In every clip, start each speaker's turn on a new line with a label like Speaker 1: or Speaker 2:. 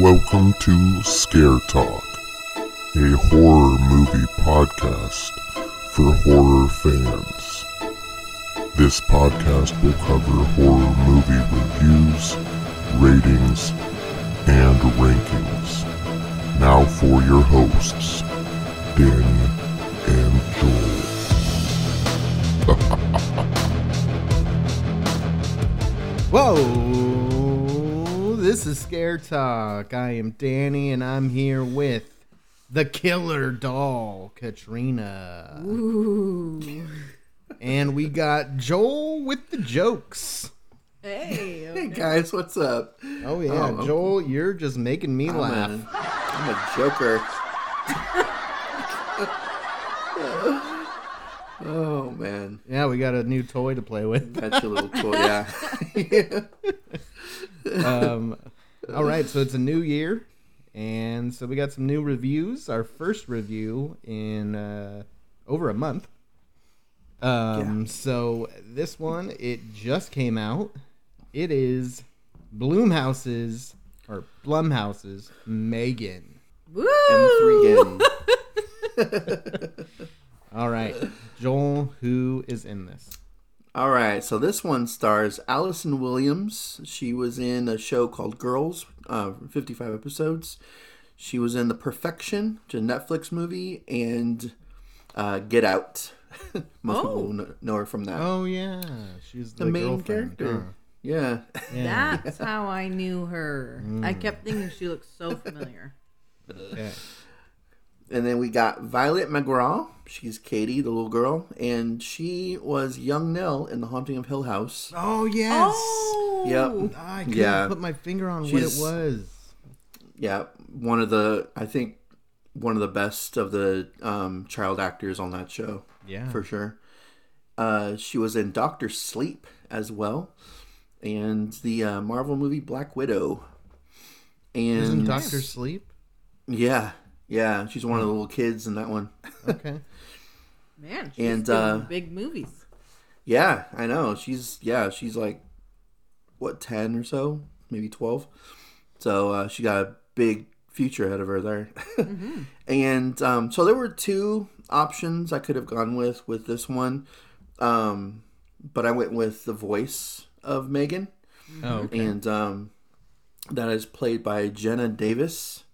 Speaker 1: Welcome to Scare Talk, a horror movie podcast for horror fans. This podcast will cover horror movie reviews, ratings, and rankings. Now for your hosts, Danny and
Speaker 2: Whoa! This is Scare Talk. I am Danny, and I'm here with the killer doll, Katrina.
Speaker 3: Ooh.
Speaker 2: And we got Joel with the jokes.
Speaker 3: Hey.
Speaker 4: Hey guys, what's up?
Speaker 2: Oh, yeah.
Speaker 4: Oh.
Speaker 2: Joel, you're just making me
Speaker 4: I'm
Speaker 2: laugh.
Speaker 4: a, I'm a joker. oh man,
Speaker 2: Yeah, we got a new toy to play with.
Speaker 4: that's a little cool. Yeah,
Speaker 2: Um, all right, so it's a new year. And so we got some new reviews. Our first review in uh, over a month. Um, So this one, it just came out. It is Bloomhouse's or Blumhouse's Megan.
Speaker 3: Woo.
Speaker 4: M3N.
Speaker 2: All right, Joel, who is in this?
Speaker 4: All right, so this one stars Allison Williams. She was in a show called Girls, uh, 55 episodes. She was in The Perfection, which is a Netflix movie, and uh, Get Out. Most people
Speaker 3: Oh.
Speaker 4: will kn- know her from that.
Speaker 2: Oh yeah, she's the,
Speaker 4: the main
Speaker 2: girlfriend.
Speaker 4: character. Yeah. Mm.
Speaker 2: Huh. Yeah.
Speaker 3: That's how I knew her. I kept thinking she looked so familiar.
Speaker 2: yeah.
Speaker 4: And then we got Violet McGraw. She's Katie, the little girl, and she was young Nell in The Haunting of Hill House.
Speaker 2: Oh yes.
Speaker 3: Oh.
Speaker 4: Yep.
Speaker 2: I couldn't
Speaker 4: Yeah.
Speaker 2: put my finger on what it
Speaker 4: She's-
Speaker 2: was.
Speaker 4: Yeah, one of the I think one of the best of the um, child actors on that show
Speaker 2: Yeah.
Speaker 4: for sure. Uh, she was in Doctor Sleep as well, and the uh, Marvel movie Black Widow. And
Speaker 2: Isn't Doctor Sleep?
Speaker 4: yeah, yeah, she's one of the little kids in that one.
Speaker 2: Okay.
Speaker 3: Man, she's
Speaker 4: And,
Speaker 3: doing
Speaker 4: uh,
Speaker 3: big movies.
Speaker 4: Yeah, I know. She's yeah, she's like what ten or so, maybe twelve. So uh, she got a big future ahead of her there. And um, so there were two options I could have gone with with this one, um, but I went with the voice of Megan,
Speaker 2: Oh, okay.
Speaker 4: and um, that is played by Jenna Davis.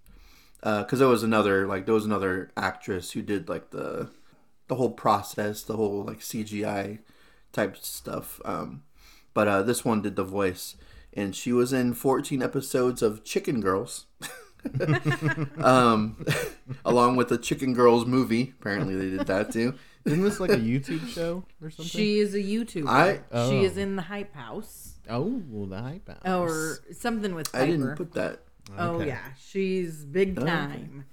Speaker 4: Because there was another like there was another actress who did like the the whole process, the whole like CGI type stuff. Um, but uh, this one did the voice, and she was in 14 episodes of Chicken Girls, um, along with the Chicken Girls movie. Apparently, they did that too.
Speaker 2: Isn't this like a YouTube show or something?
Speaker 3: She is a YouTuber.
Speaker 4: I-
Speaker 2: Oh.
Speaker 3: She is in the Hype House
Speaker 2: oh, well, the hype house.
Speaker 3: or something with
Speaker 4: I didn't
Speaker 3: Hyper.
Speaker 4: put that.
Speaker 3: Oh
Speaker 2: Okay.
Speaker 3: yeah, she's big time.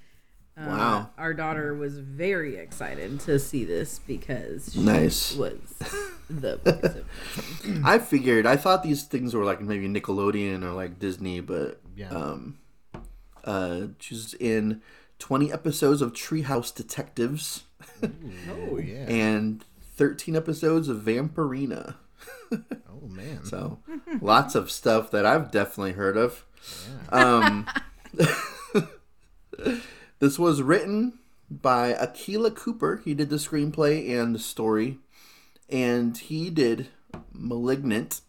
Speaker 3: Uh,
Speaker 4: Wow.
Speaker 3: Our daughter was very excited to see this because she
Speaker 4: Nice.
Speaker 3: was the voice of
Speaker 4: I figured. I thought these things were like maybe Nickelodeon or like Disney, but
Speaker 2: Yeah.
Speaker 4: um, uh, she's in 20 episodes of Treehouse Detectives.
Speaker 2: oh yeah.
Speaker 4: and 13 episodes of Vampirina.
Speaker 2: oh man.
Speaker 4: So lots of stuff that I've definitely heard of. Um, this was written by Akila Cooper. He did the screenplay and the story, and he did Malignant,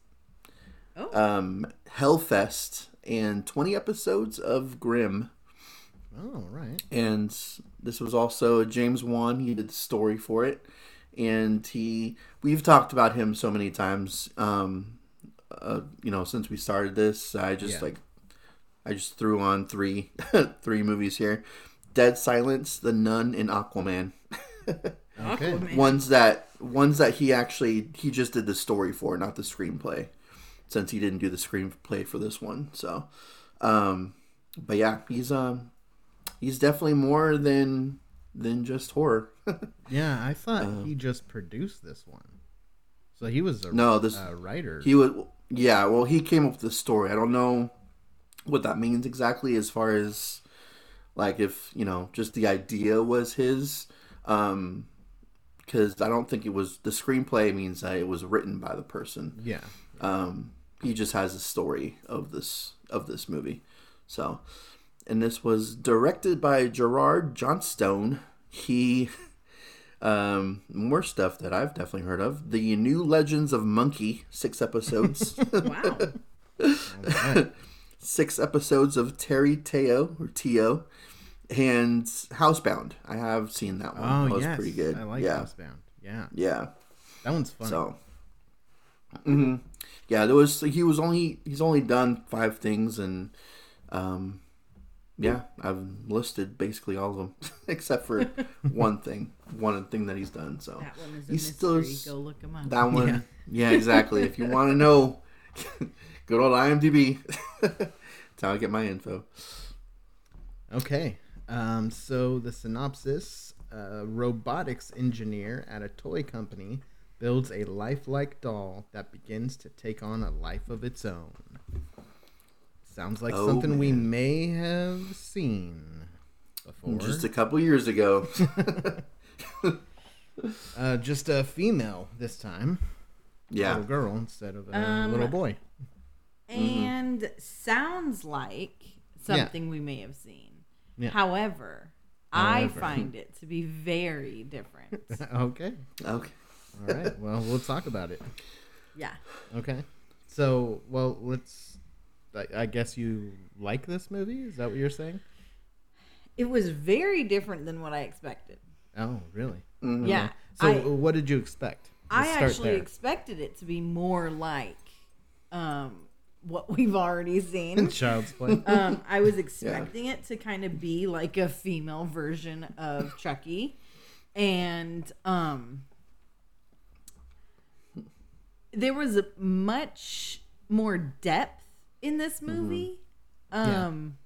Speaker 3: Oh.
Speaker 4: um, Hellfest, and 20 episodes of Grimm.
Speaker 2: oh right.
Speaker 4: and this was also James Wan. He did the story for it, and he we've talked about him so many times. Um, uh, you know, since we started this, I just
Speaker 2: Yeah.
Speaker 4: like I just threw on three three movies here: Dead Silence, The Nun, and Aquaman.
Speaker 2: Okay.
Speaker 3: Aquaman.
Speaker 4: Ones that ones that he actually he just did the story for, not the screenplay, since he didn't do the screenplay for this one. So, um, but yeah, he's um he's definitely more than than just horror.
Speaker 2: Yeah, I thought
Speaker 4: Um,
Speaker 2: he just produced this one. So he was a
Speaker 4: no, this
Speaker 2: a writer.
Speaker 4: he would yeah. Well, he came up with the story. I don't know what that means exactly as far as like if you know just the idea was his. Um, because I don't think it was the screenplay means that it was written by the person.
Speaker 2: yeah.
Speaker 4: um, he just has a story of this of this movie So, and this was directed by Gerard Johnstone. He, um, more stuff that I've definitely heard of. The New Legends of Monkey, six episodes.
Speaker 3: Wow.
Speaker 4: six episodes of Terry Teo or Teo and Housebound. I have seen that one.
Speaker 2: Oh,
Speaker 4: that was
Speaker 2: yes.
Speaker 4: pretty good.
Speaker 2: I like
Speaker 4: yeah.
Speaker 2: Housebound. Yeah.
Speaker 4: Yeah.
Speaker 2: That one's fun.
Speaker 4: So, mhm. yeah, there was he was only he's only done five things, and um, yeah, I've listed basically all of them except for one thing, one thing that he's done. So
Speaker 3: That one is a
Speaker 4: He's still
Speaker 3: mystery.
Speaker 4: s-
Speaker 3: Go look him up.
Speaker 4: that one, yeah, exactly. if you want to know, good old IMDb. That's how I get my info.
Speaker 2: Okay. Um, so the synopsis uh, robotics engineer at a toy company builds a lifelike doll that begins to take on a life of its own. Sounds like
Speaker 4: Oh,
Speaker 2: something we may have seen before.
Speaker 4: Just a couple years ago.
Speaker 2: uh, just a female this time.
Speaker 4: yeah. Oh,
Speaker 2: Little girl instead of a
Speaker 3: Um,
Speaker 2: little boy. Mm-hmm.
Speaker 3: and sounds like something we may have seen.
Speaker 2: Yeah.
Speaker 3: However, I
Speaker 2: However.
Speaker 3: find it to be very different.
Speaker 2: okay.
Speaker 4: Okay.
Speaker 2: All right. Well, we'll talk about it.
Speaker 3: yeah.
Speaker 2: Okay. So, well, let's. I, I guess you like this movie? Is that what you're saying?
Speaker 3: It was very different than what I expected.
Speaker 2: Oh, really?
Speaker 3: Yeah.
Speaker 2: So, uh,
Speaker 3: I,
Speaker 2: what did you expect?
Speaker 3: I
Speaker 2: Let's start
Speaker 3: actually
Speaker 2: there.
Speaker 3: expected it to be more like um, what we've already seen.
Speaker 2: Child's Play.
Speaker 3: um, I was expecting it to kind of be like a female version of Chucky, and um, there was a much more depth in this
Speaker 4: Mm-hmm.
Speaker 3: movie,
Speaker 2: Yeah.
Speaker 3: um,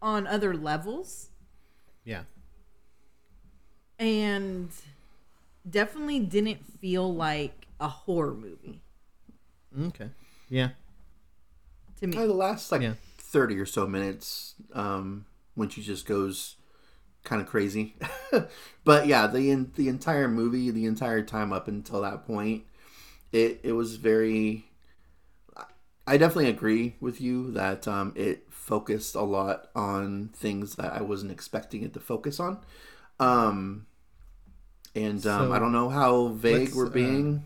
Speaker 3: on other levels,
Speaker 2: yeah.
Speaker 3: and definitely didn't feel like a horror movie
Speaker 2: Okay. Yeah.
Speaker 3: to
Speaker 4: Kind of
Speaker 3: me.
Speaker 4: the last like
Speaker 2: Yeah.
Speaker 4: thirty or so minutes, um, when she just goes kind of crazy. but yeah, the en- the entire movie, the entire time up until that point, it it was very. I definitely agree with you that um, it focused a lot on things that I wasn't expecting it to focus on, um, and um,
Speaker 2: So,
Speaker 4: I don't know how vague
Speaker 2: let's,
Speaker 4: we're
Speaker 2: uh,
Speaker 4: being.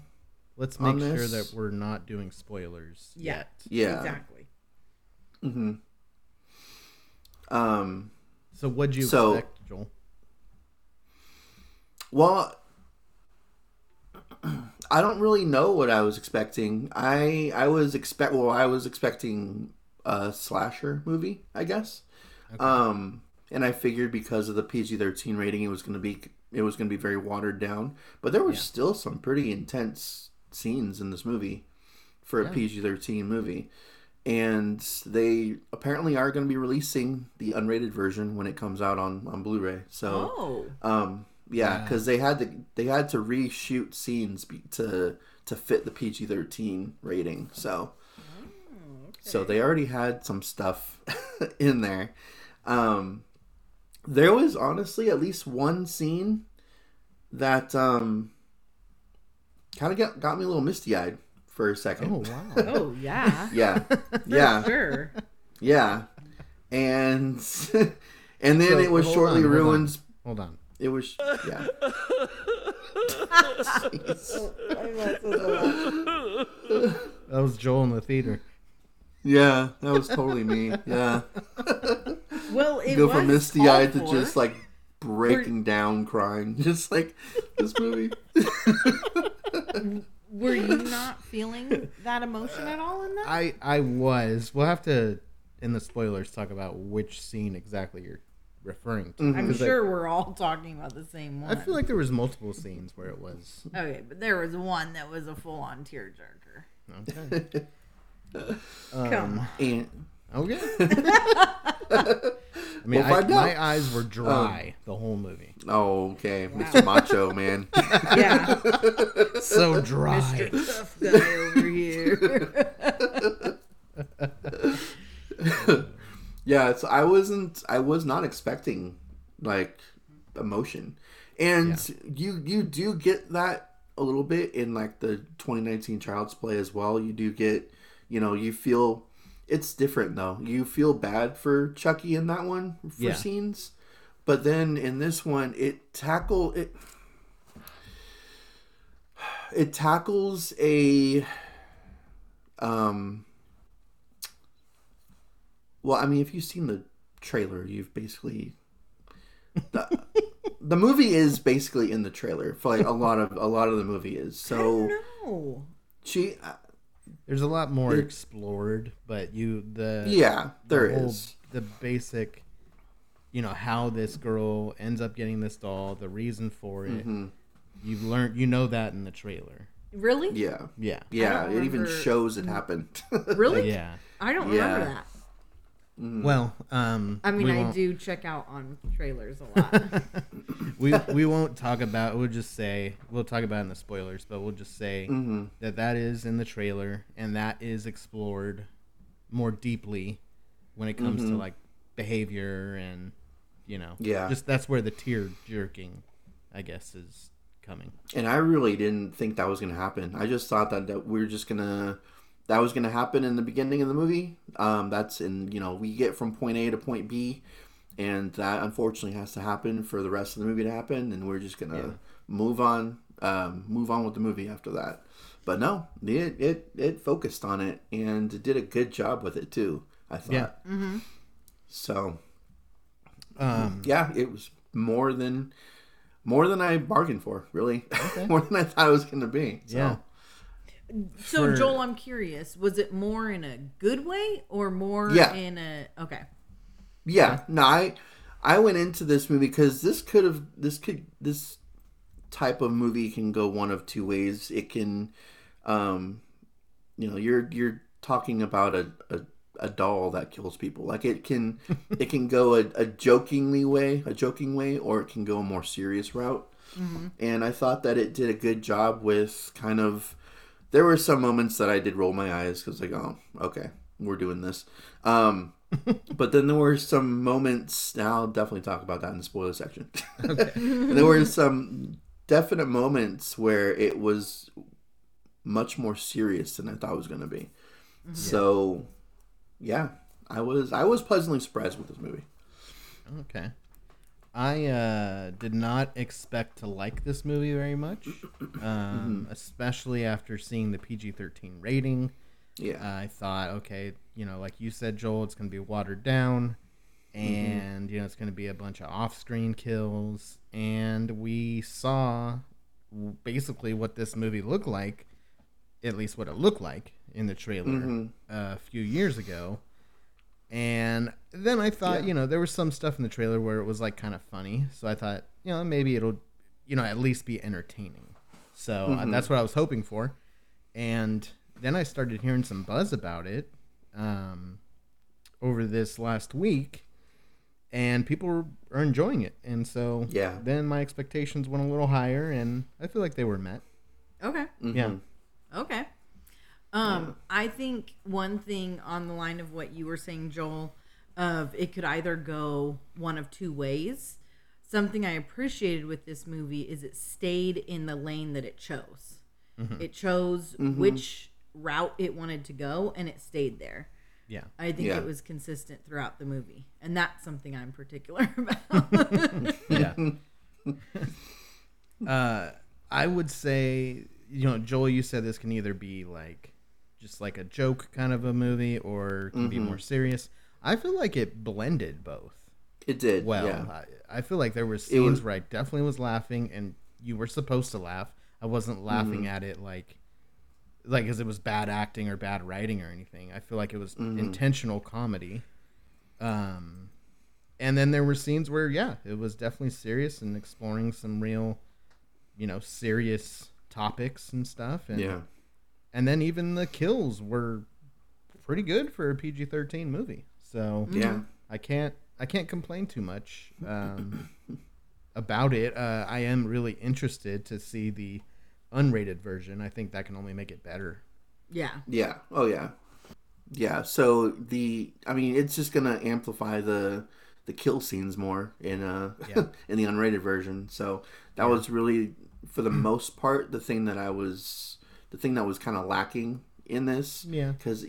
Speaker 2: Let's
Speaker 4: On
Speaker 2: make sure
Speaker 4: this-
Speaker 2: that we're not doing spoilers
Speaker 3: Yeah.
Speaker 2: yet.
Speaker 4: yeah.
Speaker 3: Exactly.
Speaker 4: Um,
Speaker 2: So, what did you
Speaker 4: So-
Speaker 2: expect, Joel?
Speaker 4: Well, I don't really know what I was expecting. I I was expect well, I was expecting a slasher movie, I guess. Um, and I figured because of the PG thirteen rating, it was gonna be it was gonna be very watered down. But there were still some pretty intense scenes in this movie for a PG thirteen movie. And they apparently are going to be releasing the unrated version when it comes out on, on Blu-ray. So
Speaker 3: Oh,
Speaker 4: um, yeah, because they had to they had to reshoot scenes be, to to fit the PG thirteen rating. So,
Speaker 2: Oh,
Speaker 4: so they already had some stuff in there. Um, there was honestly at least one scene that um, kind of got got me a little misty eyed for a second.
Speaker 2: Oh, wow.
Speaker 3: oh yeah,
Speaker 4: Yeah, yeah,
Speaker 3: sure.
Speaker 4: yeah, and and then
Speaker 2: So,
Speaker 4: it was
Speaker 2: hold on,
Speaker 4: shortly
Speaker 2: hold on.
Speaker 4: ruined.
Speaker 2: Hold on.
Speaker 4: It was yeah. Jeez.
Speaker 2: That was Joel in the theater.
Speaker 4: Yeah, that was totally me. Yeah,
Speaker 3: Well, it
Speaker 4: go
Speaker 3: was
Speaker 4: from misty eyed to
Speaker 3: called for.
Speaker 4: just like breaking down, crying, just like this movie.
Speaker 3: Were you not feeling that emotion at all in that?
Speaker 2: I I was. We'll have to in the spoilers talk about which scene exactly you're referring to.
Speaker 4: Mm-hmm.
Speaker 3: I'm
Speaker 2: 'Cause I-
Speaker 3: sure we're all talking about the same one.
Speaker 2: I feel like there was multiple scenes where it was.
Speaker 3: okay, but there was one that was a full-on tearjerker.
Speaker 2: Okay.
Speaker 4: Um.
Speaker 3: Come on.
Speaker 4: And
Speaker 2: Okay. I mean,
Speaker 4: We'll
Speaker 2: I,
Speaker 4: find out. Um,
Speaker 2: my eyes were dry the whole movie.
Speaker 4: oh, okay, Mr. Macho Man.
Speaker 3: Yeah,
Speaker 2: So dry.
Speaker 3: tough guy over here.
Speaker 4: yeah, it's I wasn't, I was not expecting like emotion, and you you do get that a little bit in like the 2019 Child's Play as well. You do get, you know, you feel It's different though. You feel bad for Chucky in that one for
Speaker 2: Yeah.
Speaker 4: scenes, but then in this one, it tackle it. It tackles a. Um. Well, I mean, if you've seen the trailer, you've basically the, the movie is basically in the trailer for like a lot of a lot of the movie is. So
Speaker 3: No.
Speaker 4: she, uh,
Speaker 2: There's a lot more explored, but you the
Speaker 4: yeah, there
Speaker 2: the
Speaker 4: is.
Speaker 2: whole- the basic, you know, how this girl ends up getting this doll, the reason for it.
Speaker 4: Mm-hmm.
Speaker 2: You've learned, you know that in the trailer.
Speaker 3: Really?
Speaker 4: Yeah.
Speaker 2: Yeah,
Speaker 4: Yeah,
Speaker 3: don't
Speaker 4: it even
Speaker 3: remember-
Speaker 4: shows it happened.
Speaker 3: Really?
Speaker 2: yeah.
Speaker 3: I don't
Speaker 4: Yeah.
Speaker 3: remember that.
Speaker 2: Well, um,
Speaker 3: I mean,
Speaker 2: we
Speaker 3: I
Speaker 2: won't-
Speaker 3: do check out on trailers a lot.
Speaker 2: we we won't talk about. We'll just say we'll talk about it in the spoilers, but we'll just say that that is in the trailer and that is explored more deeply when it comes to like behavior and you know,
Speaker 4: Yeah.
Speaker 2: just that's where the tear jerking, I guess, is coming.
Speaker 4: and I really didn't think that was going to happen. I just thought that, that we were just going to that was going to happen in the beginning of the movie. Um, that's in you know we get from point A to point B, and that unfortunately has to happen for the rest of the movie to happen, and we're just going to move on, um, move on with the movie after that. But no, it, it it focused on it and it did a good job with it too. I thought
Speaker 2: Yeah.
Speaker 4: so.
Speaker 2: Um,
Speaker 4: yeah, it was more than more than I bargained for, really. more than I thought it was going to be. So.
Speaker 2: Yeah.
Speaker 3: so,
Speaker 2: For-
Speaker 3: Joel, I'm curious. Was it more in a good way or more
Speaker 4: Yeah.
Speaker 3: in a okay?
Speaker 4: Yeah. No, I I went into this movie because this could have this could this type of movie can go one of two ways. It can, um, you know, you're you're talking about a a, a doll that kills people. Like it can it can go a, a jokingly way, a joking way, or it can go a more serious route. And I thought that it did a good job with kind of. There were some moments that I did roll my eyes because like, oh, okay, we're doing this. Um, but then there were some moments. Now I'll definitely talk about that in the spoiler section. And there were some definite moments where it was much more serious than I thought it was going to be. So, yeah, I was I was pleasantly surprised with this movie.
Speaker 2: Okay. I uh, did not expect to like this movie very much, um, especially after seeing the PG 13 rating.
Speaker 4: Yeah,
Speaker 2: I thought, okay, you know, like you said, Joel, it's going to be watered down and, you know, it's going to be a bunch of off screen kills. And we saw w- basically what this movie looked like, at least what it looked like in the trailer a few years ago. And then I thought, you know, there was some stuff in the trailer where it was like kind of funny. So I thought, you know, maybe it'll, you know, at least be entertaining. So uh, that's what I was hoping for. And then I started hearing some buzz about it um, over this last week, and people were- are enjoying it. And so
Speaker 4: Yeah.
Speaker 2: then my expectations went a little higher, and I feel like they were met.
Speaker 3: Okay.
Speaker 2: Yeah.
Speaker 3: Okay. Um, I think one thing on the line of what you were saying, Joel, of it could either go one of two ways. Something I appreciated with this movie is it stayed in the lane that it chose. It chose which route it wanted to go and it stayed there.
Speaker 2: Yeah.
Speaker 3: I think
Speaker 4: Yeah.
Speaker 3: it was consistent throughout the movie. And that's something I'm particular about.
Speaker 2: yeah. uh, I would say, you know, Joel, you said this can either be like just like a joke kind of a movie or can be more serious. I feel like it blended both
Speaker 4: it did.
Speaker 2: well. uh,
Speaker 4: yeah.
Speaker 2: I, I feel like there were
Speaker 4: It
Speaker 2: scenes
Speaker 4: was-
Speaker 2: where I definitely was laughing, and you were supposed to laugh. I wasn't laughing
Speaker 4: Mm-hmm.
Speaker 2: at it like like because it was bad acting or bad writing or anything. I feel like it was
Speaker 4: Mm-hmm.
Speaker 2: intentional comedy. Um, and then there were scenes where yeah, it was definitely serious and exploring some real, you know, serious topics and stuff. And
Speaker 4: yeah,
Speaker 2: and then even the kills were pretty good for a PG thirteen movie. So
Speaker 4: yeah,
Speaker 2: I can't I can't complain too much um, about it. Uh, I am really interested to see the unrated version. I think that can only make it better.
Speaker 3: yeah.
Speaker 4: yeah. Oh yeah, yeah. So the I mean, it's just gonna amplify the the kill scenes more in uh
Speaker 2: Yeah.
Speaker 4: in the unrated version. So that was really for the most part the thing that I was the thing that was kind of lacking in this.
Speaker 2: Yeah.
Speaker 4: because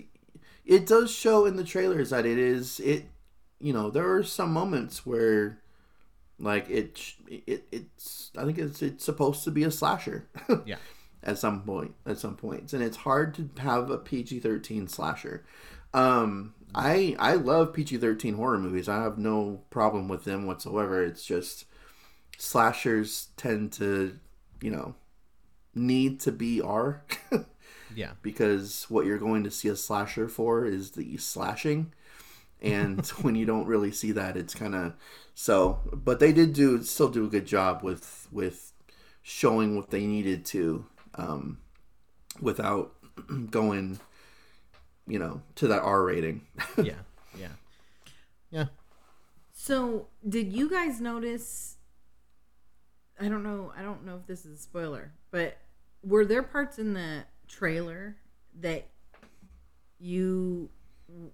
Speaker 4: it does show in the trailers that it is it you know there are some moments where like it sh- it it's i think it's it's supposed to be a slasher
Speaker 2: Yeah.
Speaker 4: at some point at some points and it's hard to have a pg-13 slasher um i i love pg-13 horror movies i have no problem with them whatsoever it's just slashers tend to you know need to be r
Speaker 2: Yeah.
Speaker 4: because what you're going to see a slasher for is the slashing and when you don't really see that it's kind of so but they did do still do a good job with with showing what they needed to um without going you know to that r rating
Speaker 2: Yeah. Yeah. Yeah.
Speaker 3: So, did you guys notice? I don't know. I don't know if this is a spoiler, but were there parts in the trailer that you w-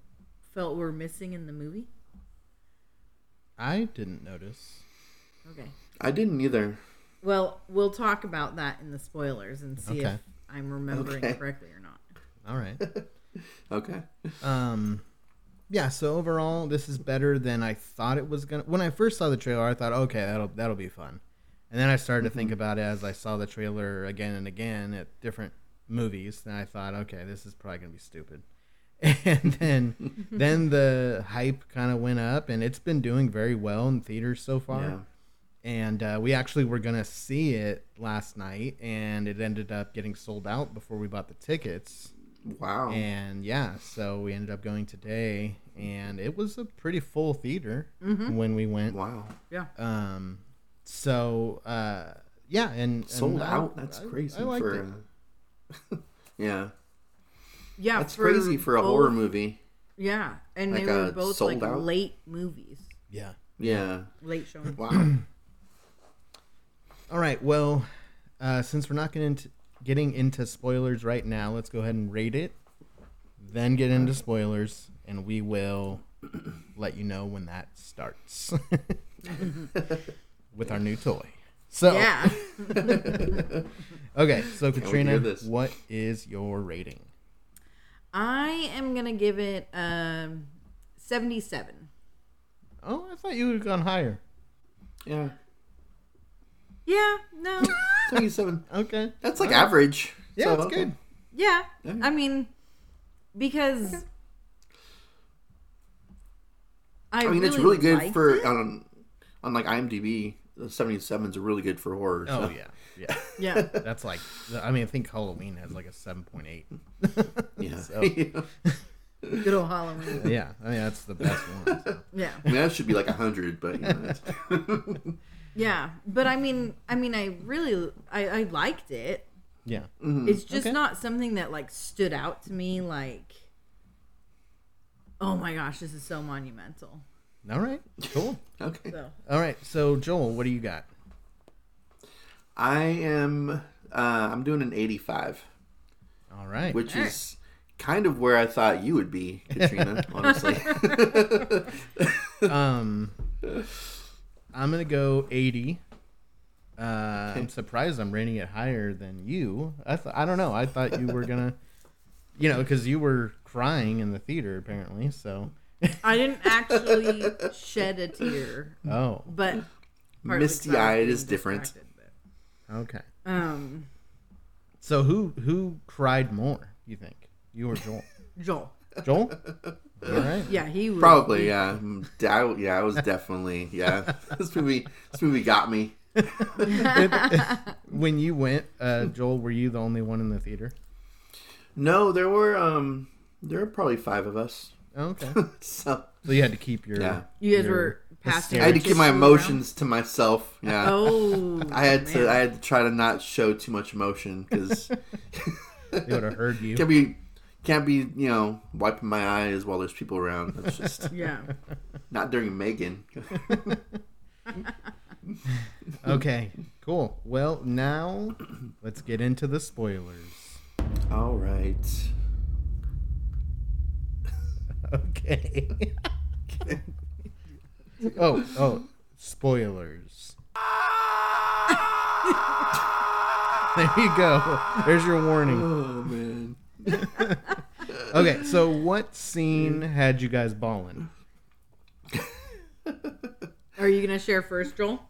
Speaker 3: felt were missing in the movie?
Speaker 2: I didn't notice.
Speaker 3: Okay.
Speaker 4: i didn't either
Speaker 3: Well, we'll talk about that in the spoilers and see if
Speaker 2: Okay.
Speaker 3: I'm remembering
Speaker 4: Okay.
Speaker 3: correctly or not.
Speaker 2: All right.
Speaker 4: okay
Speaker 2: Um, yeah. So overall, this is better than I thought it was gonna. When I first saw the trailer, I thought, okay, that'll that'll be fun, and then I started to think about it as I saw the trailer again and again at different movies, and I thought, okay, this is probably gonna be stupid. And then then the hype kind of went up, and it's been doing very well in theaters so far.
Speaker 4: Yeah.
Speaker 2: And uh, we actually were gonna see it last night, and it ended up getting sold out before we bought the tickets.
Speaker 4: wow
Speaker 2: And yeah, so we ended up going today, and it was a pretty full theater when we went.
Speaker 4: wow
Speaker 3: Yeah.
Speaker 4: Uh,
Speaker 2: Um, so uh, yeah, and
Speaker 4: sold
Speaker 2: and I-
Speaker 4: out that's
Speaker 2: I-
Speaker 4: crazy
Speaker 2: I liked
Speaker 4: for
Speaker 2: it.
Speaker 4: uh, yeah
Speaker 3: Yeah.
Speaker 4: that's crazy for a
Speaker 3: both-
Speaker 4: horror movie
Speaker 3: Yeah. And
Speaker 4: Like
Speaker 3: they were
Speaker 4: a
Speaker 3: both
Speaker 4: sold
Speaker 3: like
Speaker 4: out?
Speaker 3: late movies,
Speaker 2: Yeah.
Speaker 4: yeah
Speaker 3: late showings.
Speaker 4: wow
Speaker 2: All right. Well, uh, since we're not getting into, getting into spoilers right now, let's go ahead and rate it, then get into spoilers, and we will let you know when that starts with our new toy. So
Speaker 3: Yeah.
Speaker 2: okay, so
Speaker 4: to
Speaker 2: Katrina,
Speaker 4: hear this.
Speaker 2: what is your rating?
Speaker 3: I am gonna give it um, 77.
Speaker 2: Oh, I thought you would have gone higher.
Speaker 4: yeah
Speaker 3: Yeah. No.
Speaker 4: 27
Speaker 2: Okay.
Speaker 4: That's like average.
Speaker 2: Yeah,
Speaker 4: So,
Speaker 2: it's
Speaker 4: okay.
Speaker 2: good.
Speaker 3: Yeah.
Speaker 4: Yeah.
Speaker 3: I mean, because I,
Speaker 4: I mean, it's really good
Speaker 3: liked
Speaker 4: for
Speaker 3: it.
Speaker 4: on on like IMDb. Seventy seven is really good for horror.
Speaker 2: Oh
Speaker 4: so.
Speaker 2: yeah, yeah.
Speaker 3: yeah.
Speaker 2: That's like, I mean, I think Halloween has like a seven point eight.
Speaker 4: yeah.
Speaker 2: Oh, So-
Speaker 4: Yeah.
Speaker 3: Good old Halloween.
Speaker 2: yeah, I mean that's the best one. so.
Speaker 3: Yeah.
Speaker 4: I mean, that should be like hundred, but you know, it's-
Speaker 3: Yeah. But I mean, I mean, I really, I, I liked it.
Speaker 2: Yeah,
Speaker 4: Mm-hmm.
Speaker 3: It's just
Speaker 2: okay.
Speaker 3: not something that like stood out to me. Like, oh my gosh, this is so monumental.
Speaker 2: All right, cool.
Speaker 4: okay.
Speaker 3: So
Speaker 2: All right, so Joel, what do you got?
Speaker 4: I am. Uh, I'm doing an eighty five,
Speaker 2: All right,
Speaker 4: which
Speaker 3: Alright.
Speaker 4: is kind of where I thought you would be, Katrina. honestly.
Speaker 2: um, I'm gonna go eighty. Uh, I'm surprised I'm rating it higher than you. I th- I don't know. I thought you were gonna, you know, because you were crying in the theater apparently. So
Speaker 3: I didn't actually shed a tear,
Speaker 2: oh
Speaker 3: but partly 'cause I was
Speaker 4: Misty-eyed
Speaker 3: being
Speaker 4: is different.
Speaker 3: distracted, but-
Speaker 2: okay.
Speaker 3: Um,
Speaker 2: So who who cried more? You think you or Joel?
Speaker 3: Joel.
Speaker 2: Joel? All right.
Speaker 3: Yeah, he was
Speaker 4: Probably, yeah. Mm, I, yeah, I was definitely, yeah. this movie, this movie got me.
Speaker 2: When you went, uh, Joel, were you the only one in the theater?
Speaker 4: No, there were, um, there were probably five of us.
Speaker 2: Okay.
Speaker 4: So
Speaker 2: So you had to keep your.
Speaker 4: Yeah.
Speaker 3: You guys
Speaker 2: your
Speaker 3: were passing.
Speaker 4: I had to
Speaker 3: Just
Speaker 4: keep my
Speaker 3: around.
Speaker 4: emotions to myself. Yeah.
Speaker 3: Oh,
Speaker 4: I had to.
Speaker 3: man.
Speaker 4: I had to try to not show too much emotion because
Speaker 2: hysterics. They would have heard you.
Speaker 4: can't be can't be you know wiping my eyes while there's people around. That's just
Speaker 3: yeah.
Speaker 4: not during Megan.
Speaker 2: Okay. Cool. Well, now let's get into the spoilers.
Speaker 4: All right.
Speaker 2: Okay. oh, oh, spoilers. there you go. There's your warning.
Speaker 4: Oh man.
Speaker 2: Okay, so what scene had you guys balling?
Speaker 3: Are you gonna share first, Joel?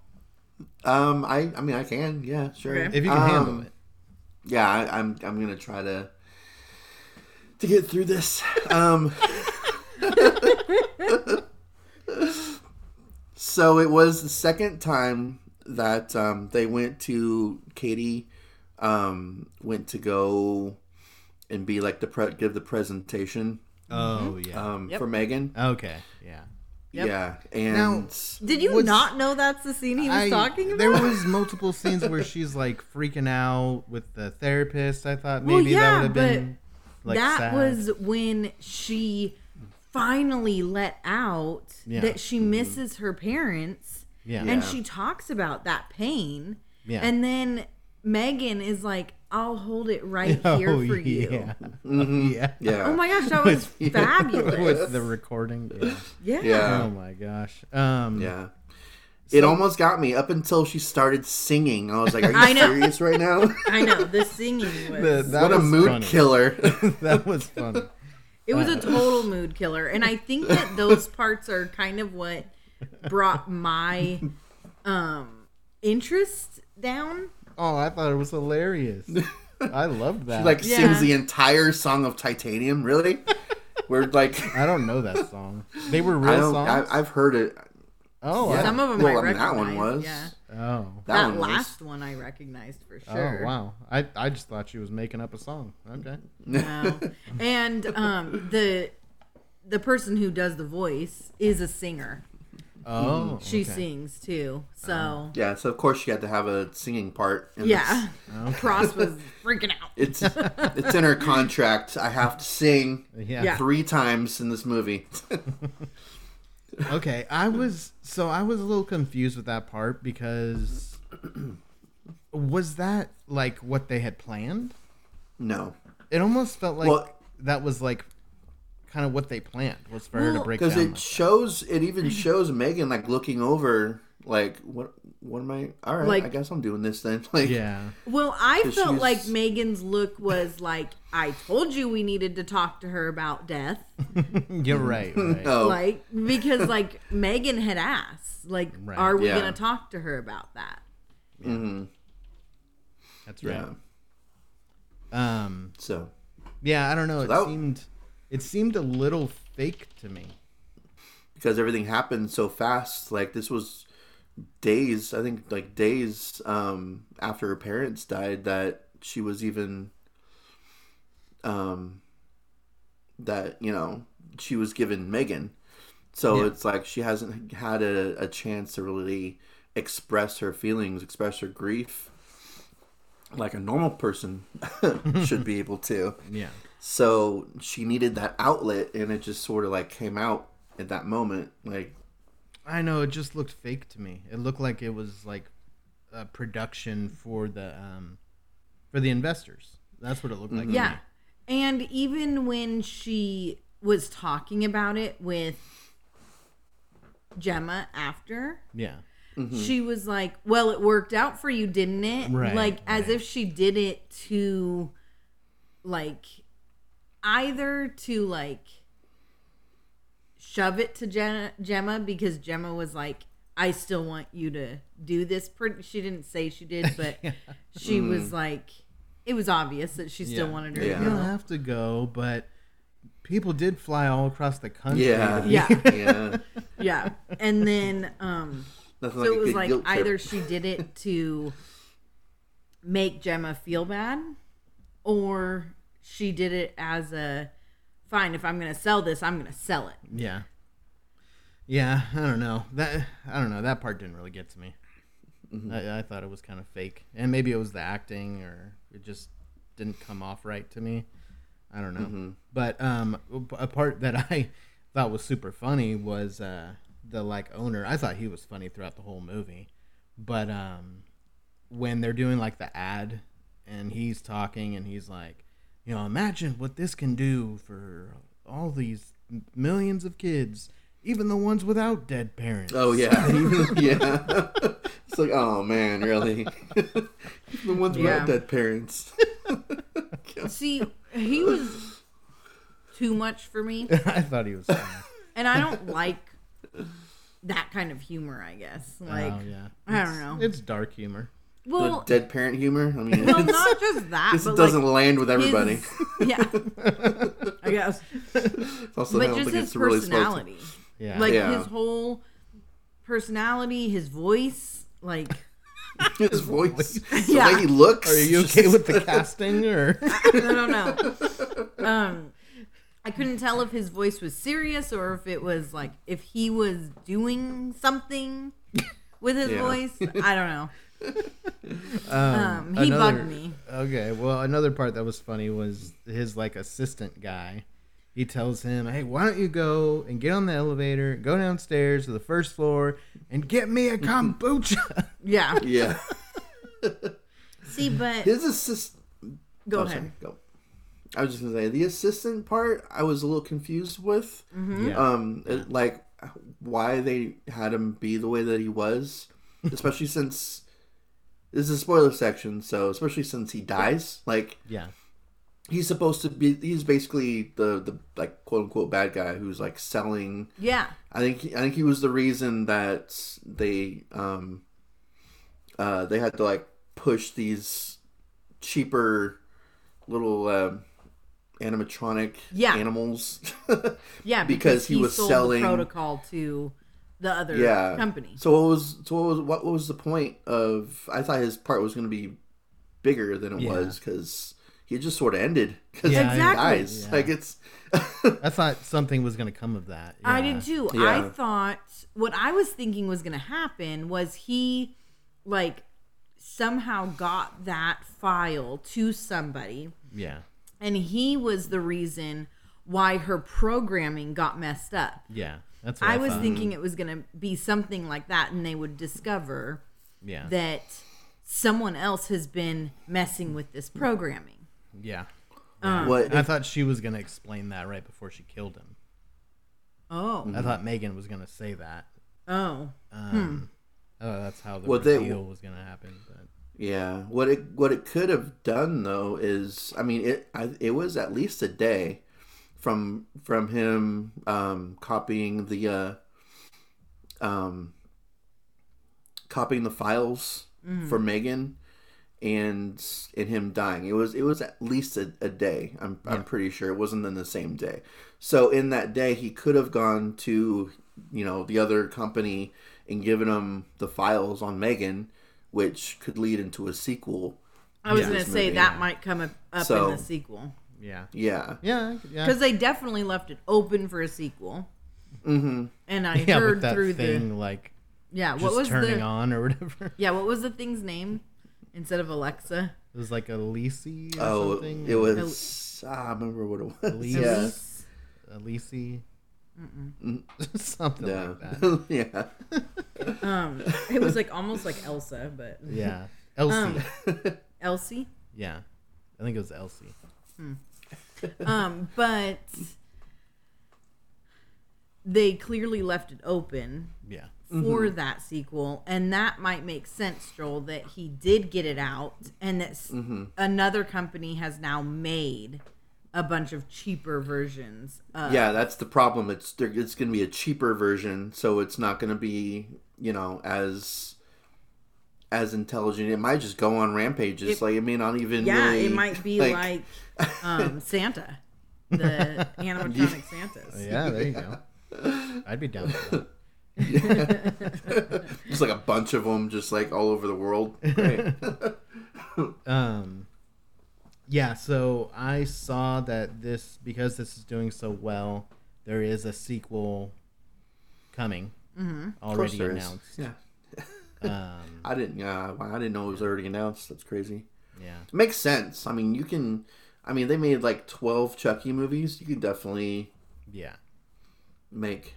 Speaker 4: Um, I I mean I can, yeah, sure.
Speaker 3: Okay.
Speaker 2: If you can handle
Speaker 4: Um,
Speaker 2: it.
Speaker 4: Yeah, I, I'm I'm gonna try to to get through this. Um, so it was the second time that um, they went to Katie um, went to go and be like the pre- give the presentation
Speaker 2: Oh yeah.
Speaker 4: um, for Megan.
Speaker 2: Okay. Yeah.
Speaker 3: Yep.
Speaker 4: Yeah, and
Speaker 2: Now-
Speaker 3: Did you
Speaker 2: Was-
Speaker 3: not know that's the scene he was
Speaker 2: I-
Speaker 3: talking about?
Speaker 2: There was multiple scenes where she's like freaking out with the therapist. I thought maybe
Speaker 3: Well,
Speaker 2: that
Speaker 3: yeah,
Speaker 2: would have been like
Speaker 3: that
Speaker 2: sad.
Speaker 3: was when she finally let out
Speaker 2: Yeah.
Speaker 3: that she misses her parents
Speaker 2: yeah.
Speaker 3: and
Speaker 4: Mm-hmm. Yeah.
Speaker 3: she talks about that pain
Speaker 2: Yeah.
Speaker 3: and then megan is like i'll hold it right here
Speaker 2: Oh,
Speaker 3: for you
Speaker 2: yeah.
Speaker 4: Mm-hmm.
Speaker 2: yeah.
Speaker 4: yeah,
Speaker 3: oh my gosh that was fabulous
Speaker 2: With the recording. Yeah.
Speaker 3: yeah.
Speaker 4: Yeah.
Speaker 2: Oh my gosh. Um
Speaker 4: Uh, Yeah. it almost got me up until she started singing. I was like, "Are you
Speaker 3: I know.
Speaker 4: serious right now?
Speaker 3: i know the singing was
Speaker 2: the- that
Speaker 4: what a
Speaker 2: was
Speaker 4: mood
Speaker 2: funny.
Speaker 4: killer!"
Speaker 2: that was fun.
Speaker 3: It
Speaker 2: uh,
Speaker 3: was a total mood killer. And I think that those parts are kind of what brought my um interest down.
Speaker 2: Oh, I thought it was hilarious. I loved that.
Speaker 4: like
Speaker 3: Yeah.
Speaker 4: sings the entire song of Titanium. Really? We're like,
Speaker 2: I don't know that song. They were
Speaker 4: I
Speaker 2: real
Speaker 4: don't.
Speaker 2: songs.
Speaker 4: I, I've heard it.
Speaker 2: oh, I-
Speaker 4: Yeah.
Speaker 3: Some of them
Speaker 4: Well,
Speaker 3: I
Speaker 4: I mean, that one
Speaker 3: recognized,
Speaker 4: was.
Speaker 3: yeah.
Speaker 2: oh,
Speaker 4: That,
Speaker 3: That,
Speaker 4: one
Speaker 3: last one I recognized for
Speaker 2: oh,
Speaker 3: sure.
Speaker 2: wow. I I just thought she was making up a song. Okay.
Speaker 4: Mm-hmm.
Speaker 3: Wow. and um the the person who does the voice is a singer.
Speaker 2: Oh,
Speaker 3: She
Speaker 2: okay. Oh.
Speaker 3: sings too. So
Speaker 4: Was, yeah. So of course she had to have a singing part. in
Speaker 3: yeah. Cross was freaking out.
Speaker 4: this. It's it's in her contract. I have to sing
Speaker 2: Yeah.
Speaker 3: Yeah.
Speaker 4: three times in this movie.
Speaker 2: Okay. I was so I was a little confused with that part because was that like what they had planned?
Speaker 4: no.
Speaker 2: It almost felt like
Speaker 4: Well-
Speaker 2: that was like kind of what they planned was for her to
Speaker 3: Well,
Speaker 2: break down.
Speaker 4: because it
Speaker 2: like-
Speaker 4: shows it even shows Megan like looking over like what what am I all right
Speaker 3: Like-
Speaker 4: I guess I'm doing this then like
Speaker 2: yeah.
Speaker 3: Well, I
Speaker 4: Because
Speaker 3: felt
Speaker 4: she's-
Speaker 3: like Megan's look was like, I told you we needed to talk to her about death.
Speaker 2: You're right. right.
Speaker 4: oh
Speaker 3: Like, because, like, Megan had asked, like,
Speaker 2: Right.
Speaker 3: are we
Speaker 4: Yeah.
Speaker 3: going to talk to her about that?
Speaker 2: That's
Speaker 4: yeah
Speaker 2: right. Um
Speaker 4: so
Speaker 2: Yeah, I don't know. It
Speaker 4: that-
Speaker 2: seemed it seemed a little fake to me.
Speaker 4: because everything happened so fast like this was days I think like days um after her parents died that she was even um that you know she was given Megan so
Speaker 2: Yeah.
Speaker 4: it's like she hasn't had a, a chance to really express her feelings express her grief like a normal person should be able to
Speaker 2: Yeah.
Speaker 4: so she needed that outlet and it just sort of like came out at that moment like
Speaker 2: I know it just looked fake to me. It looked like it was like a production for the um for the investors. That's what it looked
Speaker 4: Mm-hmm.
Speaker 2: like. to
Speaker 3: Yeah.
Speaker 2: me.
Speaker 3: And even when she was talking about it with Gemma after,
Speaker 2: Yeah.
Speaker 3: she was like, Well, it worked out for you, didn't it?
Speaker 2: Right,
Speaker 3: like, as
Speaker 2: right.
Speaker 3: if she did it to, like, either to, like, shove it to Gen- Gemma because Gemma was like, I still want you to do this. Pretty- she didn't say she did, but she was like, It was obvious that she still
Speaker 2: Yeah.
Speaker 3: wanted her
Speaker 4: Yeah.
Speaker 2: You
Speaker 3: to
Speaker 2: don't
Speaker 3: go.
Speaker 2: have to go, but people did fly all across the country.
Speaker 4: yeah
Speaker 3: Yeah.
Speaker 4: yeah
Speaker 3: Yeah. And then, um,
Speaker 4: nothing like
Speaker 3: so it
Speaker 4: a
Speaker 3: was
Speaker 4: good
Speaker 3: like
Speaker 4: guilt trip.
Speaker 3: either she did it to make Gemma feel bad, or she did it as a fine. If I'm gonna sell this, I'm gonna sell it.
Speaker 2: Yeah. Yeah, I don't know. That I don't know. That part didn't really get to me. I, I thought it was kind of fake, and maybe it was the acting, or it just didn't come off right to me. I don't know. But um, a part that I thought was super funny was uh, the like owner. I thought he was funny throughout the whole movie, but um, when they're doing like the ad and he's talking and he's like, you know, imagine what this can do for all these m- millions of kids, even the ones without dead parents.
Speaker 4: Oh yeah, yeah. It's like, oh man, really? the ones without
Speaker 3: Yeah.
Speaker 4: dead parents.
Speaker 3: See, he was too much for me.
Speaker 2: I thought he was. Funny.
Speaker 3: And I don't like that kind of humor, I guess. Like,
Speaker 2: oh yeah.
Speaker 3: I don't know.
Speaker 2: It's dark humor.
Speaker 3: well,
Speaker 4: the dead parent humor. I mean,
Speaker 3: well, not just that.
Speaker 4: this
Speaker 3: but
Speaker 4: doesn't
Speaker 3: like,
Speaker 4: land with everybody.
Speaker 3: his- yeah. I guess.
Speaker 4: also, I
Speaker 3: But
Speaker 4: don't
Speaker 3: just
Speaker 4: think
Speaker 3: his
Speaker 4: it's really supposed to.
Speaker 3: personality.
Speaker 2: Yeah.
Speaker 3: Like
Speaker 4: Yeah.
Speaker 3: his whole personality, his voice, like
Speaker 4: His voice, the
Speaker 3: Yeah.
Speaker 4: way he looks.
Speaker 2: Are you
Speaker 4: just-
Speaker 2: okay with the casting or?
Speaker 3: I don't know. Um I couldn't tell if his voice was serious or if it was like if he was doing something with his
Speaker 4: Yeah.
Speaker 3: voice. I don't know. Um, he
Speaker 2: another-
Speaker 3: bugged me.
Speaker 2: Okay, well, another part that was funny was his like assistant guy. He tells him, "Hey, why don't you go and get on the elevator, go downstairs to the first floor, and get me a kombucha."
Speaker 3: Yeah.
Speaker 4: Yeah,
Speaker 3: See, but
Speaker 4: his assist.
Speaker 3: go
Speaker 4: oh,
Speaker 3: ahead.
Speaker 4: sorry, go. I was just gonna say the assistant part. I was a little confused with,
Speaker 3: Mm-hmm.
Speaker 2: yeah.
Speaker 4: um, it- like why they had him be the way that he was, especially since this is a spoiler section. So especially since he dies, like
Speaker 2: yeah,
Speaker 4: he's supposed to be. He's basically the the like quote unquote bad guy who's like selling
Speaker 3: Yeah.
Speaker 4: I think he, I think he was the reason that they um uh they had to like push these cheaper little um animatronic
Speaker 3: Yeah.
Speaker 4: animals.
Speaker 3: Yeah,
Speaker 4: Because he was
Speaker 3: sold
Speaker 4: selling-
Speaker 3: the protocol to the other
Speaker 4: yeah.
Speaker 3: company.
Speaker 4: So what was so what was what was the point of I thought his part was going to be bigger than it
Speaker 2: Yeah.
Speaker 4: was cuz he just sort of ended cuz
Speaker 2: Yeah,
Speaker 4: he
Speaker 3: Exactly.
Speaker 4: dies.
Speaker 2: yeah.
Speaker 4: Like it's
Speaker 2: I thought something was gonna come of that.
Speaker 3: I
Speaker 2: Yeah.
Speaker 3: did too. I
Speaker 4: Yeah.
Speaker 3: thought what I was thinking was going to happen was he like somehow got that file to somebody
Speaker 2: Yeah,
Speaker 3: and he was the reason why her programming got messed up.
Speaker 2: yeah, that's. What I,
Speaker 3: I was
Speaker 2: thought.
Speaker 3: thinking it was going to be something like that and they would discover
Speaker 2: Yeah,
Speaker 3: that someone else has been messing with this programming.
Speaker 2: yeah.
Speaker 4: what
Speaker 2: And I thought she was gonna explain that right before she killed him.
Speaker 3: Oh.
Speaker 4: Mm.
Speaker 2: I thought Megan was gonna say that.
Speaker 3: Oh.
Speaker 2: Um, oh, that's how the
Speaker 4: Well, they-
Speaker 2: reveal was gonna happen. But
Speaker 4: Yeah, what it what it could have done though is, I mean, it I, it was at least a day from from him um, copying the uh, um, copying the files for Megan and and him dying. It was it was at least a, a day. I'm I'm pretty sure it wasn't in the same day. So in that day, he could have gone to you know the other company and given him the files on Megan, which could lead into a sequel.
Speaker 3: I was
Speaker 4: Yeah.
Speaker 3: going to
Speaker 4: This
Speaker 3: say
Speaker 4: movie,
Speaker 3: that might come up, up
Speaker 4: So-
Speaker 3: in the sequel.
Speaker 2: yeah,
Speaker 4: Yeah,
Speaker 2: yeah, yeah.
Speaker 3: because they definitely left it open for a sequel. Mm-hmm. And I
Speaker 2: yeah,
Speaker 3: heard
Speaker 2: with that
Speaker 3: through
Speaker 2: thing
Speaker 3: the
Speaker 2: like
Speaker 3: yeah,
Speaker 2: just
Speaker 3: what was
Speaker 2: turning
Speaker 3: the
Speaker 2: on or whatever.
Speaker 3: yeah, what was the thing's name instead of Alexa?
Speaker 2: It was like a Lisi or
Speaker 4: Oh,
Speaker 2: something.
Speaker 4: it was. ah, I remember what it was.
Speaker 2: Elise.
Speaker 4: Yeah,
Speaker 3: Elise?
Speaker 2: a Lisi. something
Speaker 4: yeah,
Speaker 2: like that.
Speaker 4: yeah.
Speaker 3: Um, it was like almost like Elsa, but
Speaker 2: Yeah, Elsie.
Speaker 3: Elsie.
Speaker 2: yeah, I think it was Elsie.
Speaker 3: Um, but they clearly left it open
Speaker 2: Yeah,
Speaker 3: for
Speaker 2: Mm-hmm.
Speaker 3: that sequel, and that might make sense, Joel, that he did get it out, and that s
Speaker 2: Mm-hmm.
Speaker 3: another company has now made a bunch of cheaper versions. Of,
Speaker 4: Yeah, that's the problem. It's there- it's going to be a cheaper version, so it's not going to be you know as as intelligent. It might just go on rampages. like it may not even.
Speaker 3: Yeah,
Speaker 4: really,
Speaker 3: it might be like, um, Santa, the animatronic Santas.
Speaker 2: yeah. There you go. I'd be down for that.
Speaker 4: just like a bunch of them, just like all over the world. Great.
Speaker 2: Um, yeah, so I saw that this because this is doing so well, there is a sequel coming
Speaker 3: Mm-hmm.
Speaker 4: Of course
Speaker 2: already
Speaker 4: there is.
Speaker 2: announced.
Speaker 4: Yeah,
Speaker 2: Um,
Speaker 4: I didn't. Yeah, wow, I didn't know it was already announced. That's crazy.
Speaker 2: yeah,
Speaker 4: It makes sense. I mean, you can. I mean, they made like twelve Chucky movies. You could definitely
Speaker 2: yeah,
Speaker 4: make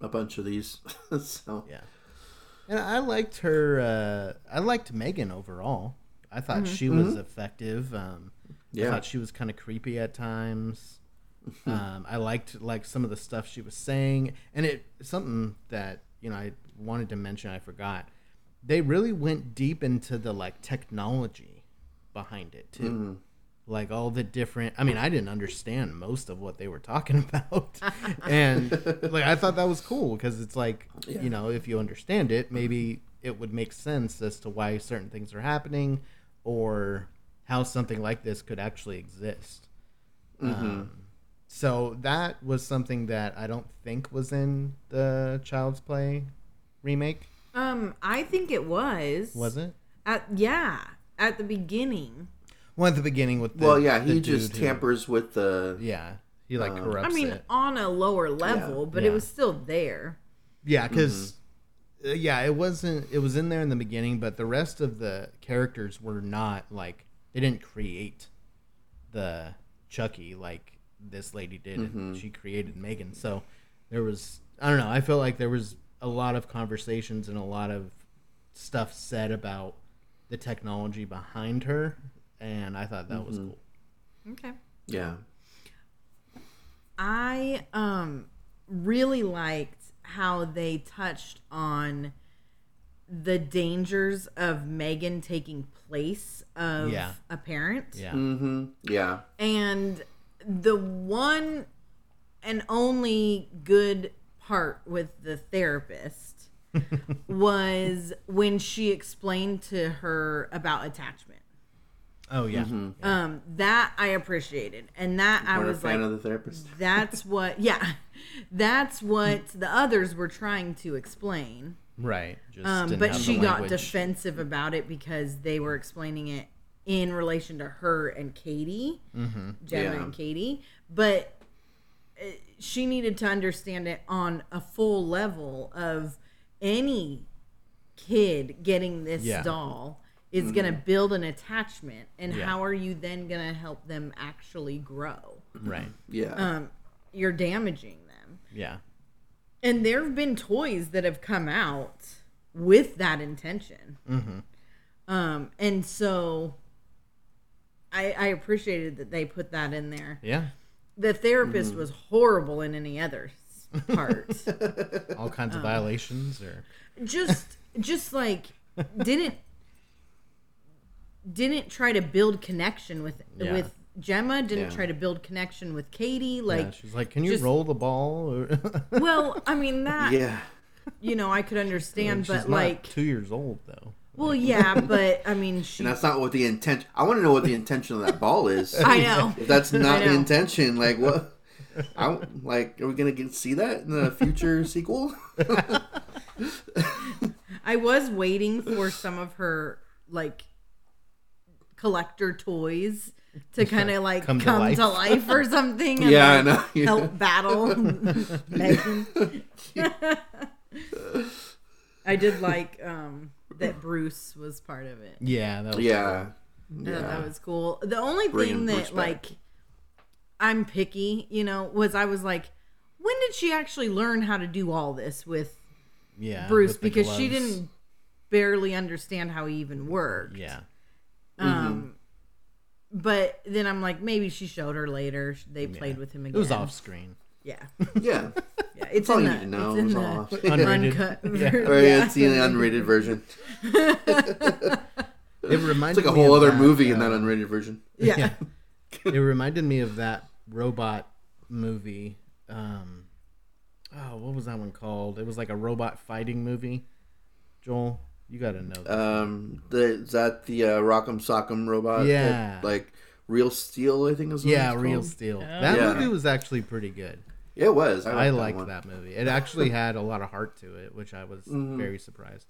Speaker 4: a bunch of these. so
Speaker 2: yeah. And I liked her. Uh, I liked Megan overall. I thought she was effective. Um, I
Speaker 4: Yeah.
Speaker 2: thought she was kind of creepy at times. um, I liked like some of the stuff she was saying, and it something that you know I wanted to mention. I forgot. They really went deep into the like technology behind it too. like all the different i mean i didn't understand most of what they were talking about and like i thought that was cool because it's like you know if you understand it maybe it would make sense as to why certain things are happening or how something like this could actually exist
Speaker 4: Mm-hmm.
Speaker 2: um, so that was something that i don't think was in the child's play remake
Speaker 3: Um, I think it was.
Speaker 2: was it
Speaker 3: At yeah, at the beginning.
Speaker 2: well at the beginning with the,
Speaker 4: well, yeah,
Speaker 2: the
Speaker 4: he just Um,
Speaker 2: dude who-
Speaker 4: tampers with the
Speaker 2: yeah he like corrupts
Speaker 3: I mean,
Speaker 2: it.
Speaker 3: on a lower level, but
Speaker 2: Yeah.
Speaker 3: it was still there.
Speaker 2: Yeah, because yeah, it wasn't. It was in there in the beginning, but the rest of the characters were not like they didn't create the Chucky like this lady did. And she created Megan, so there was. I don't know. I felt like there was a lot of conversations and a lot of stuff said about the technology behind her, and I thought that was cool.
Speaker 3: Okay.
Speaker 4: yeah.
Speaker 3: I um really liked how they touched on the dangers of Megan taking place of
Speaker 2: Yeah.
Speaker 3: a parent.
Speaker 2: Yeah,
Speaker 4: Mm-hmm. Yeah.
Speaker 3: And the one and only good part with the therapist was when she explained to her about attachment.
Speaker 2: Oh yeah.
Speaker 3: Um, that I appreciated, and that I
Speaker 4: Weren't a
Speaker 3: was
Speaker 4: fan
Speaker 3: like,
Speaker 4: of the therapist.
Speaker 3: that's what, yeah, that's what the others were trying to explain.
Speaker 2: Right. Just
Speaker 3: Um,
Speaker 2: didn't
Speaker 3: but
Speaker 2: have the
Speaker 3: she got
Speaker 2: language.
Speaker 3: defensive about it because they were explaining it in relation to her and Katie,
Speaker 2: Mm-hmm.
Speaker 3: Gemma
Speaker 4: Yeah.
Speaker 3: and Katie. But uh, she needed to understand it on a full level of any kid getting this
Speaker 2: Yeah. Mm-hmm.
Speaker 3: doll is going to build an attachment, and
Speaker 2: Yeah.
Speaker 3: how are you then going to help them actually grow?
Speaker 2: Right.
Speaker 4: Yeah.
Speaker 3: Um, you're damaging them.
Speaker 2: Yeah.
Speaker 3: And there have been toys that have come out with that intention. Um, and so I, I appreciated that they put that in there.
Speaker 2: Yeah.
Speaker 3: The therapist was horrible in any other s- part.
Speaker 2: All kinds
Speaker 3: Um.
Speaker 2: of violations or.
Speaker 3: just, just like didn't didn't try to build connection with
Speaker 2: Yeah.
Speaker 3: with Gemma. Didn't
Speaker 4: Yeah.
Speaker 3: try to build connection with Katie. Like,
Speaker 2: yeah, she's like, "Can you
Speaker 3: just-
Speaker 2: roll the ball?" Or-
Speaker 3: well, I mean that
Speaker 4: yeah.
Speaker 3: you know I could understand,
Speaker 2: she's
Speaker 3: but like,
Speaker 2: not two years old though.
Speaker 3: well, yeah, but I mean she
Speaker 4: And that's not what the intention. I want to know what the intention of that ball is.
Speaker 3: I know.
Speaker 4: If that's not
Speaker 3: know.
Speaker 4: the intention, like what? I like. Are we gonna get see that in the future sequel?
Speaker 3: I was waiting for some of her like collector toys to kind of like
Speaker 2: Come
Speaker 3: come,
Speaker 2: to
Speaker 3: to,
Speaker 2: life.
Speaker 3: life or something. And
Speaker 4: Yeah, I
Speaker 3: like,
Speaker 4: know, yeah.
Speaker 3: Help battle Megan. I did like um, that Bruce was part of it.
Speaker 2: Yeah, that was
Speaker 4: yeah.
Speaker 3: I thought that was cool. The only
Speaker 4: Bringing
Speaker 3: thing
Speaker 4: Bruce
Speaker 3: that
Speaker 4: back.
Speaker 3: like I'm picky, you know, was I was like, when did she actually learn how to do all this with
Speaker 2: yeah.
Speaker 3: Bruce
Speaker 2: with the
Speaker 3: because she
Speaker 2: gloves.
Speaker 3: didn't barely understand how he even worked.
Speaker 2: Yeah,
Speaker 3: Um, But then I'm like, maybe she showed her later. They played with him
Speaker 2: it
Speaker 3: again.
Speaker 2: was off screen.
Speaker 3: Yeah.
Speaker 4: Yeah.
Speaker 3: yeah. It's
Speaker 4: all
Speaker 3: in
Speaker 4: you
Speaker 3: the,
Speaker 4: need to know.
Speaker 3: It's in
Speaker 4: It was
Speaker 3: the
Speaker 4: all off.
Speaker 2: Unrated.
Speaker 3: uncut.
Speaker 2: Yeah.
Speaker 4: Or
Speaker 3: yeah.
Speaker 4: it's the unrated version.
Speaker 2: It reminded
Speaker 4: It's like a
Speaker 2: me
Speaker 4: whole
Speaker 2: of
Speaker 4: other
Speaker 2: that,
Speaker 4: movie in
Speaker 2: uh,
Speaker 4: that unrated version.
Speaker 3: Yeah.
Speaker 2: it reminded me of that robot movie. Um, oh, what was that one called? It was like a robot fighting movie. Joel, you got to know. That.
Speaker 4: Um, the, is that the uh, Rock'em Sock'em robot?
Speaker 2: Yeah.
Speaker 4: that, like Real Steel, I think is. What
Speaker 2: yeah,
Speaker 4: it's
Speaker 2: Real
Speaker 4: called?
Speaker 2: Steel. That
Speaker 4: Yeah.
Speaker 2: movie was actually pretty good.
Speaker 4: Yeah, it was.
Speaker 2: I liked
Speaker 4: liked one.
Speaker 2: that, movie. It actually had a lot of heart to it, which I was
Speaker 4: Mm-hmm.
Speaker 2: very surprised.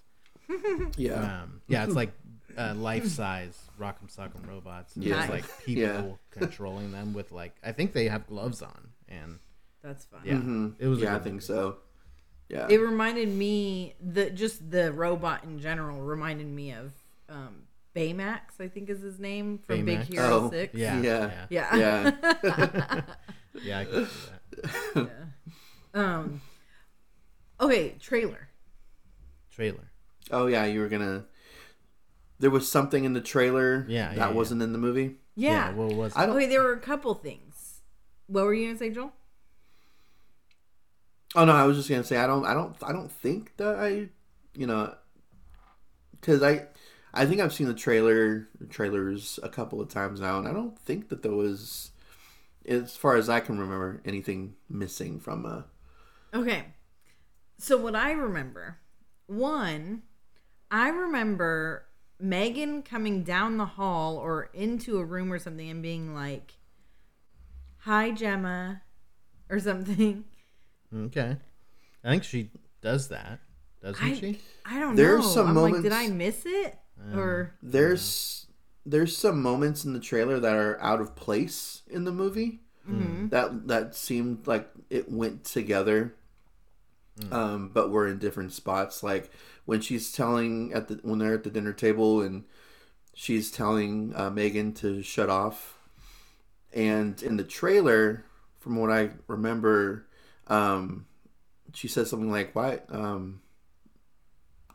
Speaker 4: Yeah.
Speaker 2: Um, yeah, it's like uh, life size Rock'em Sock'em robots. And
Speaker 4: Yeah.
Speaker 2: There's like people
Speaker 4: Yeah.
Speaker 2: controlling them with like I think they have gloves on, and
Speaker 3: That's fun.
Speaker 2: yeah, it was. a
Speaker 4: Mm-hmm. Yeah, I
Speaker 2: good
Speaker 4: think
Speaker 2: movie.
Speaker 4: so. Yeah.
Speaker 3: It reminded me the just the robot in general reminded me of um, Baymax. I think is his name from Big
Speaker 2: Baymax.
Speaker 3: Hero
Speaker 4: Oh,
Speaker 3: Six.
Speaker 2: Yeah, yeah,
Speaker 4: Yeah.
Speaker 2: yeah.
Speaker 3: Yeah.
Speaker 4: yeah.
Speaker 2: I can see that.
Speaker 3: Um. Okay. Trailer.
Speaker 2: Trailer.
Speaker 4: Oh yeah, you were gonna. There was something in the trailer.
Speaker 2: Yeah,
Speaker 4: that
Speaker 2: yeah, yeah.
Speaker 4: wasn't in the movie.
Speaker 3: Yeah.
Speaker 2: what was?
Speaker 4: I
Speaker 2: it?
Speaker 4: don't.
Speaker 3: okay. There were a couple things. What were you gonna say, Joel?
Speaker 4: Oh no, I was just gonna say I don't. I don't. I don't think that I. You know, because I. I think I've seen the trailer trailers a couple of times now, and I don't think that there was, as far as I can remember, anything missing from uh
Speaker 3: Okay. So what I remember, one, I remember Megan coming down the hall or into a room or something and being like, "Hi, Gemma," or something.
Speaker 2: Okay. I think she does that, doesn't
Speaker 3: I,
Speaker 2: she?
Speaker 3: I don't
Speaker 4: There's
Speaker 3: know.
Speaker 4: some
Speaker 3: I'm like, did
Speaker 4: moments-
Speaker 3: I miss it? Or
Speaker 4: there's there's some moments in the trailer that are out of place in the movie that that seemed like it went together um but were in different spots like when she's telling at the when they're at the dinner table and she's telling uh, megan to shut off and in the trailer from what i remember um she says something like why um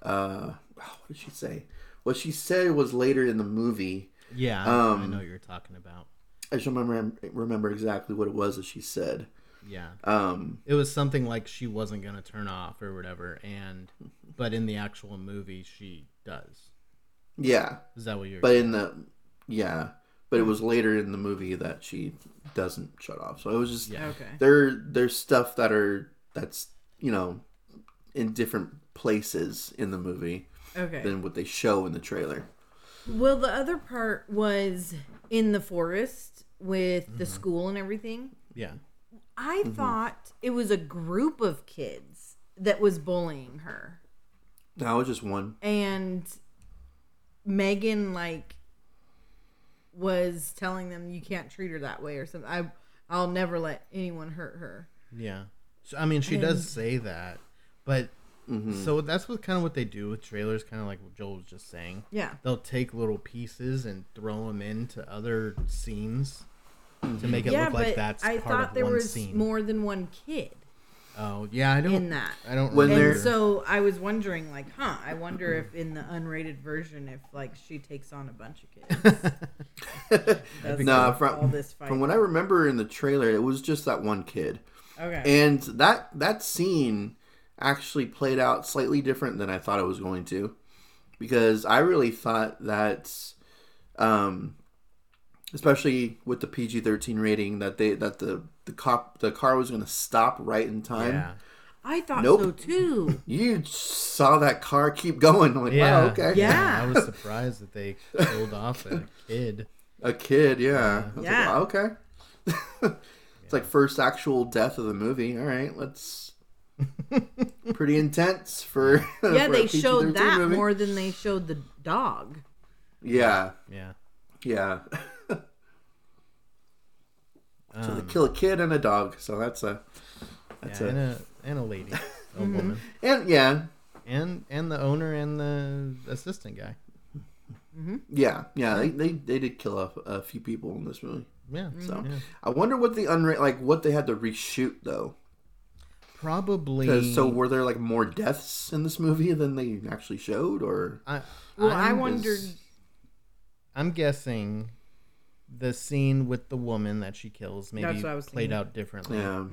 Speaker 4: uh what did she say what she said was later in the movie
Speaker 2: Yeah, I
Speaker 4: Um,
Speaker 2: know what you're talking about.
Speaker 4: i just remember remember exactly what it was that she said
Speaker 2: Yeah.
Speaker 4: um
Speaker 2: It was something like she wasn't going to turn off or whatever and but in the actual movie she does.
Speaker 4: yeah
Speaker 2: Is that what you're
Speaker 4: but in the yeah but it was later in the movie that she doesn't shut off so it was just
Speaker 2: Yeah.
Speaker 3: okay,
Speaker 4: there there's stuff that are that's you know in different places in the movie
Speaker 3: okay.
Speaker 4: than what they show in the trailer
Speaker 3: Well, the other part was in the forest with the school and everything.
Speaker 2: Yeah.
Speaker 3: I
Speaker 4: Mm-hmm.
Speaker 3: thought it was a group of kids that was bullying her.
Speaker 4: no it was just one
Speaker 3: And Megan like was telling them you can't treat her that way or something. I I'll never let anyone hurt her.
Speaker 2: Yeah. So I mean, she does say that, but
Speaker 4: Mm-hmm.
Speaker 2: so that's what kind of what they do with trailers, kind of like what Joel was just saying.
Speaker 3: Yeah.
Speaker 2: They'll take little pieces and throw them into other scenes
Speaker 4: Mm-hmm.
Speaker 2: to make it
Speaker 3: yeah,
Speaker 2: look
Speaker 3: but
Speaker 2: like that's
Speaker 3: I
Speaker 2: part
Speaker 3: thought
Speaker 2: of
Speaker 3: there
Speaker 2: one
Speaker 3: was
Speaker 2: scene.
Speaker 3: more than one kid.
Speaker 2: oh yeah, I don't.
Speaker 3: in that.
Speaker 2: I don't.
Speaker 4: When
Speaker 2: remember.
Speaker 4: they're-
Speaker 3: And so I was wondering like, huh, I wonder if in the unrated version if like she takes on a bunch of kids. That's
Speaker 4: Nah,
Speaker 3: all-
Speaker 4: from-
Speaker 3: all this fight.
Speaker 4: from what i remember in the trailer it was just that one kid
Speaker 3: Okay.
Speaker 4: and that that scene actually played out slightly different than I thought it was going to, because I really thought that, um, especially with the PG thirteen rating, that they that the the cop the car was going to stop right in time.
Speaker 2: yeah,
Speaker 3: I thought
Speaker 4: Nope.
Speaker 3: so too.
Speaker 4: You saw that car keep going. I'm like,
Speaker 2: yeah,
Speaker 4: wow, okay,
Speaker 3: Yeah.
Speaker 2: I was surprised that they killed off a kid.
Speaker 4: a kid, yeah, I was like,
Speaker 3: Yeah.
Speaker 4: wow, okay. it's like first actual death of the movie. All right, let's. Pretty intense for
Speaker 3: Yeah,
Speaker 4: for a
Speaker 3: they showed
Speaker 4: PG-13
Speaker 3: that
Speaker 4: movie.
Speaker 3: more than they showed the dog.
Speaker 4: Yeah,
Speaker 2: Yeah,
Speaker 4: yeah. so
Speaker 3: Um.
Speaker 4: they kill a kid and a dog. So that's a that's
Speaker 2: yeah and
Speaker 4: a
Speaker 2: a and a lady, a
Speaker 3: Mm-hmm.
Speaker 2: woman,
Speaker 4: and yeah,
Speaker 2: and and the owner and the assistant guy.
Speaker 4: yeah, yeah. They they, they did kill a, a few people in this movie.
Speaker 2: Yeah,
Speaker 4: So
Speaker 3: Mm-hmm.
Speaker 2: yeah.
Speaker 4: I wonder what the unra- like what they had to reshoot though.
Speaker 2: probably.
Speaker 4: 'Cause- so were there like more deaths in this movie than they actually showed, or
Speaker 2: I,
Speaker 3: Well, i
Speaker 2: I'm-
Speaker 3: wondered.
Speaker 2: I'm guessing the scene with the woman that she kills maybe
Speaker 3: That's what I was
Speaker 2: played
Speaker 3: thinking.
Speaker 2: out differently.
Speaker 4: yeah,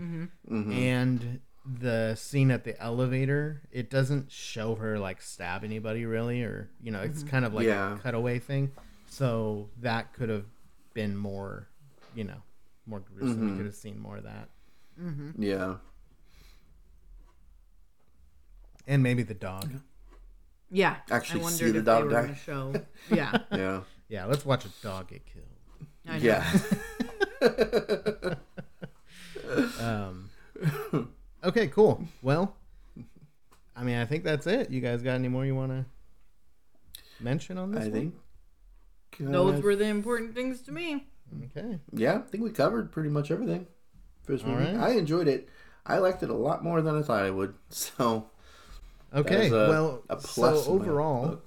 Speaker 3: Mm-hmm.
Speaker 2: And the scene at the elevator, it doesn't show her like stab anybody really, or you know,
Speaker 3: Mm-hmm.
Speaker 2: it's kind of like
Speaker 4: Yeah.
Speaker 2: a cutaway thing. So that could have been more, you know, more gruesome. We could have seen more of that.
Speaker 4: yeah,
Speaker 2: And maybe the dog.
Speaker 3: Yeah,
Speaker 4: Actually
Speaker 3: I
Speaker 4: see
Speaker 3: wondered
Speaker 4: the
Speaker 3: if
Speaker 4: dog
Speaker 3: they were
Speaker 4: die.
Speaker 3: gonna show. Yeah,
Speaker 4: yeah,
Speaker 2: Yeah, let's watch a dog get killed.
Speaker 3: I know.
Speaker 4: yeah,
Speaker 2: Um, okay, cool. Well, I mean, I think that's it. You guys got any more you want to mention on this?
Speaker 4: I
Speaker 2: one?
Speaker 4: think. uh,
Speaker 3: Those were the important things to me.
Speaker 2: Okay.
Speaker 4: yeah, I think we covered pretty much everything for this movie.
Speaker 2: right.
Speaker 4: I enjoyed it. I liked it a lot more than I thought I would. So
Speaker 2: Okay.
Speaker 4: is a-
Speaker 2: well,
Speaker 4: a plus
Speaker 2: so
Speaker 4: in my
Speaker 2: overall,
Speaker 4: book.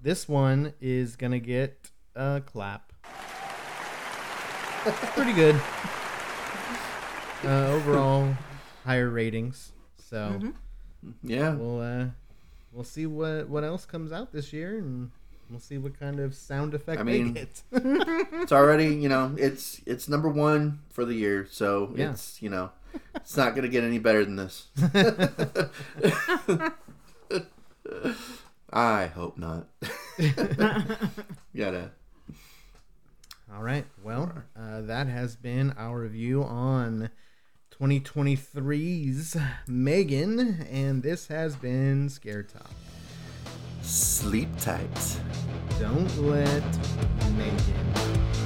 Speaker 2: this one is gonna get a clap. It's pretty good. Uh, overall, higher ratings. So
Speaker 4: yeah,
Speaker 2: we'll uh, we'll see what what else comes out this year, and we'll see what kind of sound effect
Speaker 4: I
Speaker 2: they
Speaker 4: mean,
Speaker 2: get.
Speaker 4: it's already you know it's it's number one for the year. So
Speaker 2: Yeah.
Speaker 4: it's you know it's not gonna get any better than this. I hope not. Gotta.
Speaker 2: All right. Well, uh, that has been our review on 2023's Megan, and this has been Scare Talk.
Speaker 4: Sleep tight.
Speaker 2: Don't let Megan.